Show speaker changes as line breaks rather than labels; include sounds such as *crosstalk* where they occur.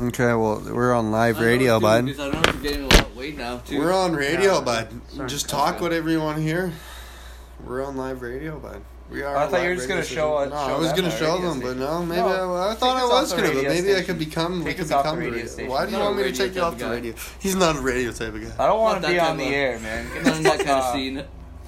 Okay, well, we're on live radio,
I don't know,
bud.
dude, 'cause I don't know if you're getting a lot of weight now, too.
We're on radio,
Yeah.
bud.
Sorry.
Just talk whatever you want to hear. We're on live radio, bud. We are.
I
a
thought you
live
were just
radio
gonna show
station.
us-
No,
show
I was
them
gonna
the
show
radio
them, but no, maybe
No,
I, I thought
take
I
us off
was
the
gonna, but
radio
maybe I could
station.
become. we
Take
could
us off the
become
radio
radio.
station.
Why do you
You're
want me
a
to
radio
take you
type
off
of
the
guy.
radio? He's not a radio type of guy.
I don't
Not
want to
that
be on the
type of-
air, man.
*laughs*
Not in that kind of scene.